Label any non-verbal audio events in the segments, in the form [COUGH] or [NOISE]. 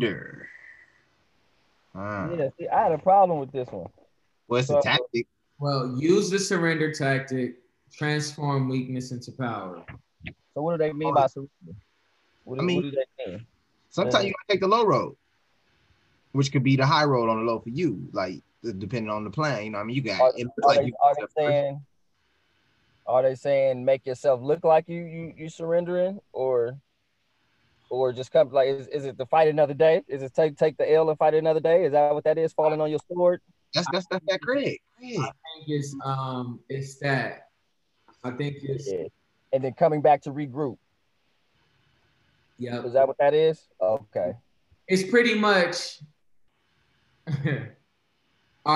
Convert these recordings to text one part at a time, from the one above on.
Tender. Ah, Yeah, see, I had a problem with this one. well, it's So- a tactic. Well, use the surrender tactic, transform weakness into power. So what do they mean Oh. by surrender? What, I do- mean- what do they mean? Sometimes you gotta take the low road, which could be the high road on the low for you, like d- depending on the plan. You know, what I mean, you got it looks Are like they, you are they saying? Are they saying make yourself look like you you you surrendering or? Or just come like is, is it the fight another day? Is it take take the L and fight another day? Is that what that is? Falling on your sword? that's that's that's that Craig. Craig. I think it's um it's that. I think it's Yeah. And then coming back to regroup. yeah. Is that what that is? Okay. It's pretty much [LAUGHS] all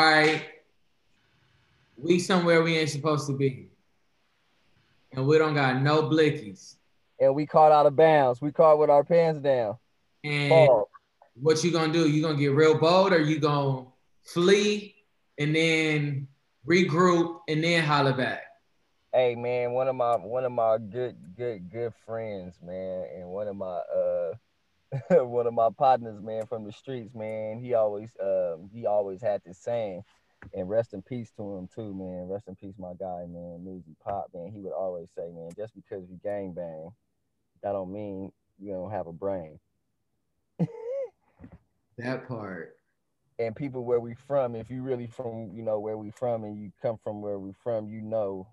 right. We somewhere we ain't supposed to be. And we don't got no blickies. And we caught out of bounds. We caught with our pants down. And Ball. what you gonna do? You gonna get real bold, or you gonna flee and then regroup and then holler back? Hey man, one of my one of my good good good friends, man, and one of my uh [LAUGHS] one of my partners, man, from the streets, man. He always um he always had this saying, and rest in peace to him too, man. Rest in peace, my guy, man, Newsy Pop, man. He would always say, man, just because you gang bang, that don't mean you don't have a brain. [LAUGHS] That part. and people where we from if you really from you know where we from and you come from where we from you know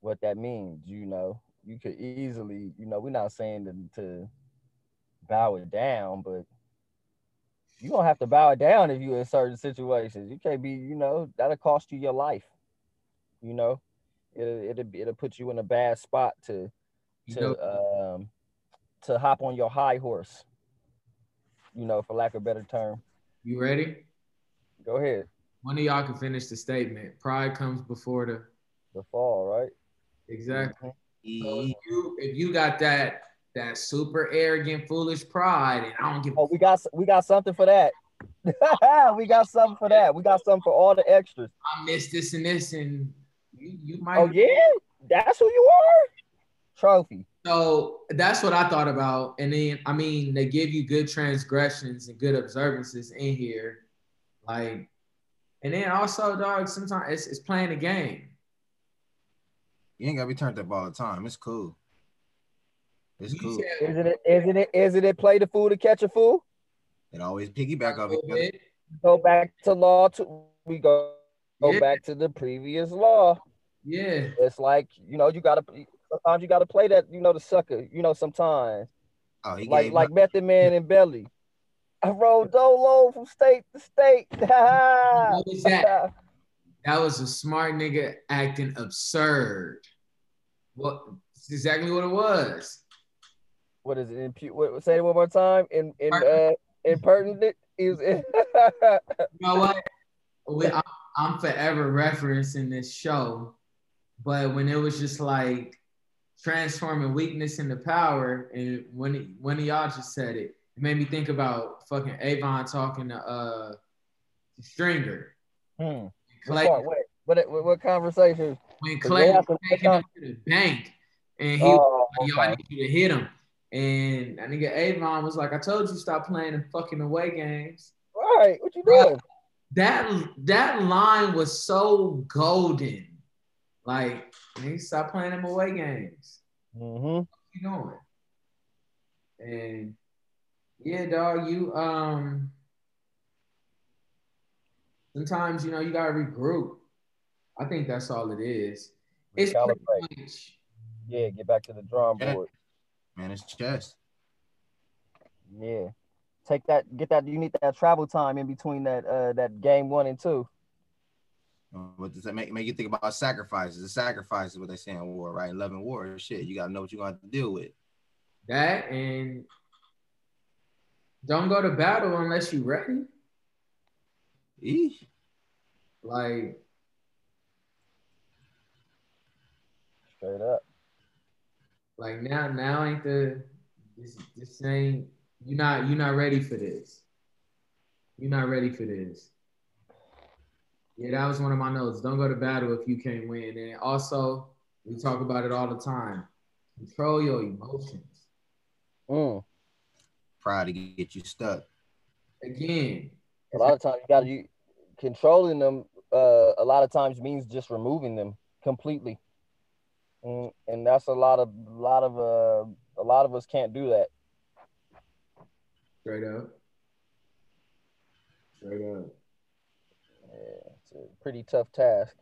what that means you know you could easily you know we're not saying to, to bow it down but you don't have to bow it down if you're in certain situations you can't be you know that'll cost you your life you know it'll it'll, be- it'll put you in a bad spot to You know, to um to hop on your high horse you know for lack of a better term you ready? go ahead One of y'all can finish the statement. Pride comes before the the fall, right? exactly. Mhm. So if E- you if you got that that super arrogant foolish pride, and I don't give Oh, we got we got something for that. [LAUGHS] we got something for that. We got something for all the extras. I miss this and this, and you, you might. Oh yeah, that's who you are. Trophy. So that's what I thought about. And then, I mean, they give you good transgressions and good observances in here. Like, and then also, dog, sometimes it's, it's playing a game. You ain't gotta be turned up all the time. It's cool. It's You cool. said Isn't it? Isn't it? Isn't it? Play the fool to catch a fool. It always piggyback a off little each other. bit. Go back to law. To we go go Yeah. back to the previous law. Yeah. It's like you know you gotta sometimes you gotta play that you know the sucker. You know sometimes Oh, he like gave like Method Man and Belly. I rode dolo from state to state. [LAUGHS] Uh, What was that? That was a smart nigga acting absurd. What? It's exactly what it was. what is it? Impu- what, say it one more time. In in uh, Pertinent. impertinent is [LAUGHS] You know what? We, I'm, I'm forever referencing this show, but when it was just like transforming weakness into power, and when it, when y'all just said it, it made me think about fucking Avon talking to uh Stringer. hmm. Clay, what, what, what, what, what conversation? when They Clay was have to make taking him up- to the bank, and he was Oh, like, "Yo, I okay. need you to hit him." And that nigga Avon was like, "I told you stop playing the fucking away games." All right, what you doing? that that line was so golden. Like, man, stop playing them away games. Mm-hmm. What you doing? And yeah, dog, you um sometimes you know you gotta regroup. I think that's all it is. It's pretty Recalibrate. much Yeah, get back to the drawing Yeah. board. man, it's chess. Yeah, take that. Get that. You need that travel time in between that uh that game one and two. What does that make make you think about sacrifices? The sacrifice is what they say in war, right? Love and war, shit. You gotta know what you're gonna have to deal with. that and don't go to battle unless you're ready. E, Like Straight up. Like now, now ain't the this this ain't you not you not ready for this. You're not ready for this. Yeah, that was one of my notes. Don't go to battle if you can't win. And also, we talk about it all the time. Control your emotions. Mm. pride to get you stuck. again. A lot of times you gotta you controlling them uh a lot of times means just removing them completely. And, and that's a lot of lot of uh a lot of us can't do that. Straight up. Straight up. Yeah, it's a pretty tough task.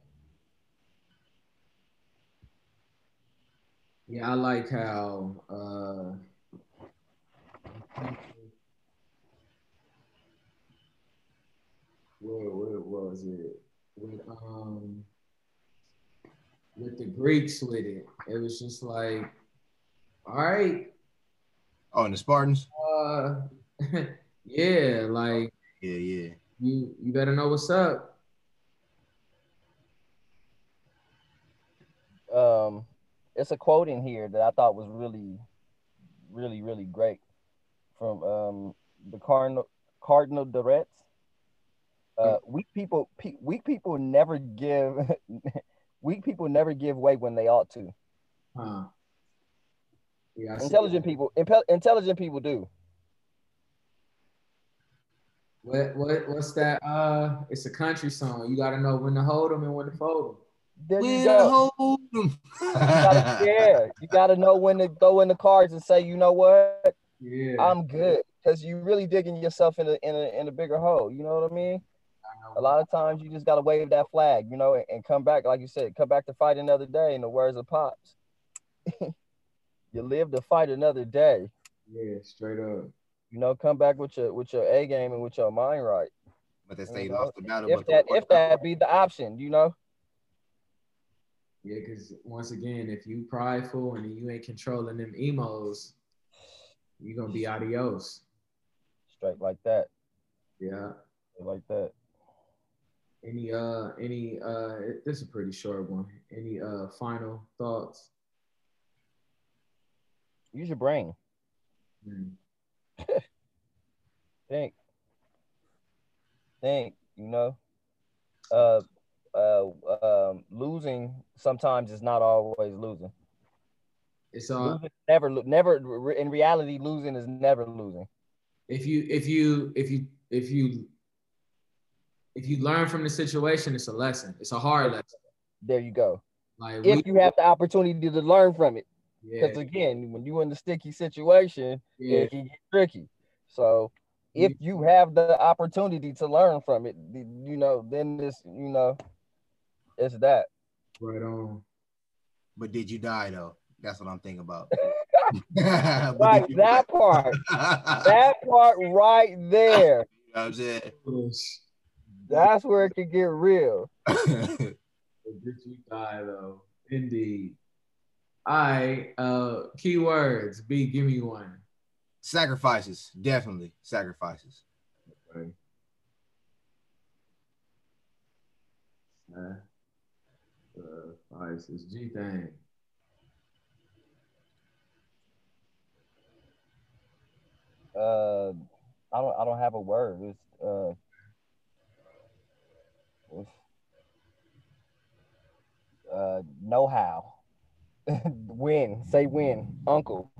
Yeah, I like how uh what, what was it? With um with the Greeks with it. It was just like, all right, Oh, and the Spartans. uh [LAUGHS] yeah, like Yeah, yeah. you you better know what's up. Um it's a quote in here that I thought was really really, really great from um the Cardinal Cardinal de Retz. Uh, weak people pe- weak people never give [LAUGHS] weak people never give way when they ought to. Huh. Yeah, I see Intelligent that. people impel- intelligent people do. What what what's that? Uh, it's a country song. You gotta know when to hold them and when to fold There We'll you go. hold 'em. You [LAUGHS] gotta- yeah, you gotta know when to throw in the cards and say, you know what, 'em. Yeah, I'm good, because you really digging yourself in a in a in a bigger hole. You know what I mean? I A know. lot of times you just gotta wave that flag, you know, and, and come back, like you said, come back to fight another day. In the words of pops, [LAUGHS] you live to fight another day. yeah, straight up. You know, come back with your with your A game and with your mind right. But they say lost the battle. If but the that war- if that be the option, you know. Yeah, because once again, if you prideful and you ain't controlling them emos, you gonna be adios. Straight like that. Yeah. Like that. Any uh any uh this is a pretty short one. Any uh final thoughts? Use your brain. Hmm. think think you know uh uh um losing sometimes is not always losing It's uh, all losing is never lo- never re- in reality losing is never losing if you if you if you if you if you learn from the situation, it's a lesson. It's a hard lesson. there you go Like if you have the opportunity to learn from it yeah, because again when you're in the sticky situation yeah, it can get tricky so if you have the opportunity to learn from it th- you know then this you know it's that right on. But did you die though? That's what I'm thinking [LAUGHS] about. [LAUGHS] right that part that part right there You know what I'm saying? That's where it could get real. But Did you die though? Indeed. All right. Uh, keywords. B, give me one. [LAUGHS] sacrifices, definitely sacrifices. Uh, uh, Ice is G thing. Uh, I don't. I don't have a word. It's uh. It's, uh, know how. [LAUGHS] when say when, Uncle.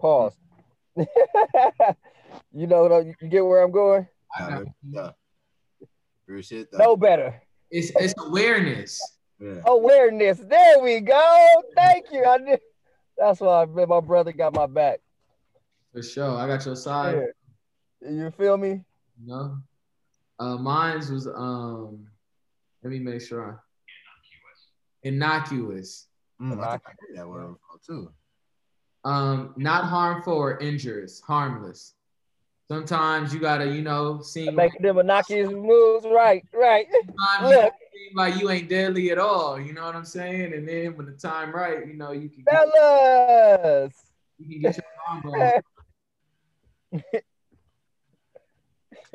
Pause. [LAUGHS] you know, though, you you get where I'm going. I Nah, got- real stuff. Real shit though. Know better. It's it's awareness. Yeah. Awareness. There we go. Thank you. I did. That's why I man, my brother got my back. For sure. I got your side. Yeah. You feel me? You know? Uh mine's was um let me make sure. Innocuous. Oh Mm, I think I heard that word before too. Um, not harmful or injurious, harmless. Sometimes you gotta, you know, seem like, Making them innocuous moves. Right. Right. sometimes you Look. seem like you ain't deadly at all, you know what I'm saying? And then when the time right, you know, you can get, Fellas. you can get your arm blown. [LAUGHS]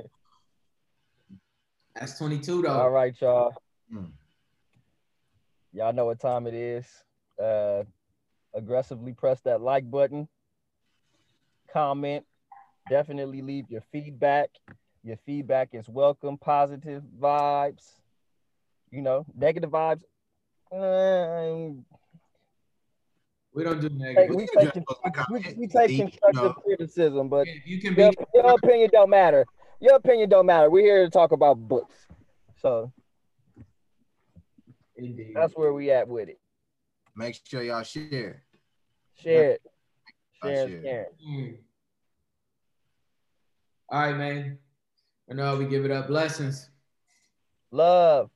That's 22 though. All right, y'all. Mm. Y'all know what time it is. Uh, aggressively press that like button, comment, definitely leave your feedback. Your feedback is welcome, positive vibes. You know, negative vibes. um, We don't do take- negative. we, take, we, we take constructive criticism, but If you can your, be your opinion don't matter. Your opinion don't matter. We're here to talk about books. So Indeed. that's where we at with it. Make sure y'all share. Share it. I Share, share. it, share. it. Mm. All right, man. I know we give it up. Blessings. Love.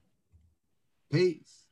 Peace.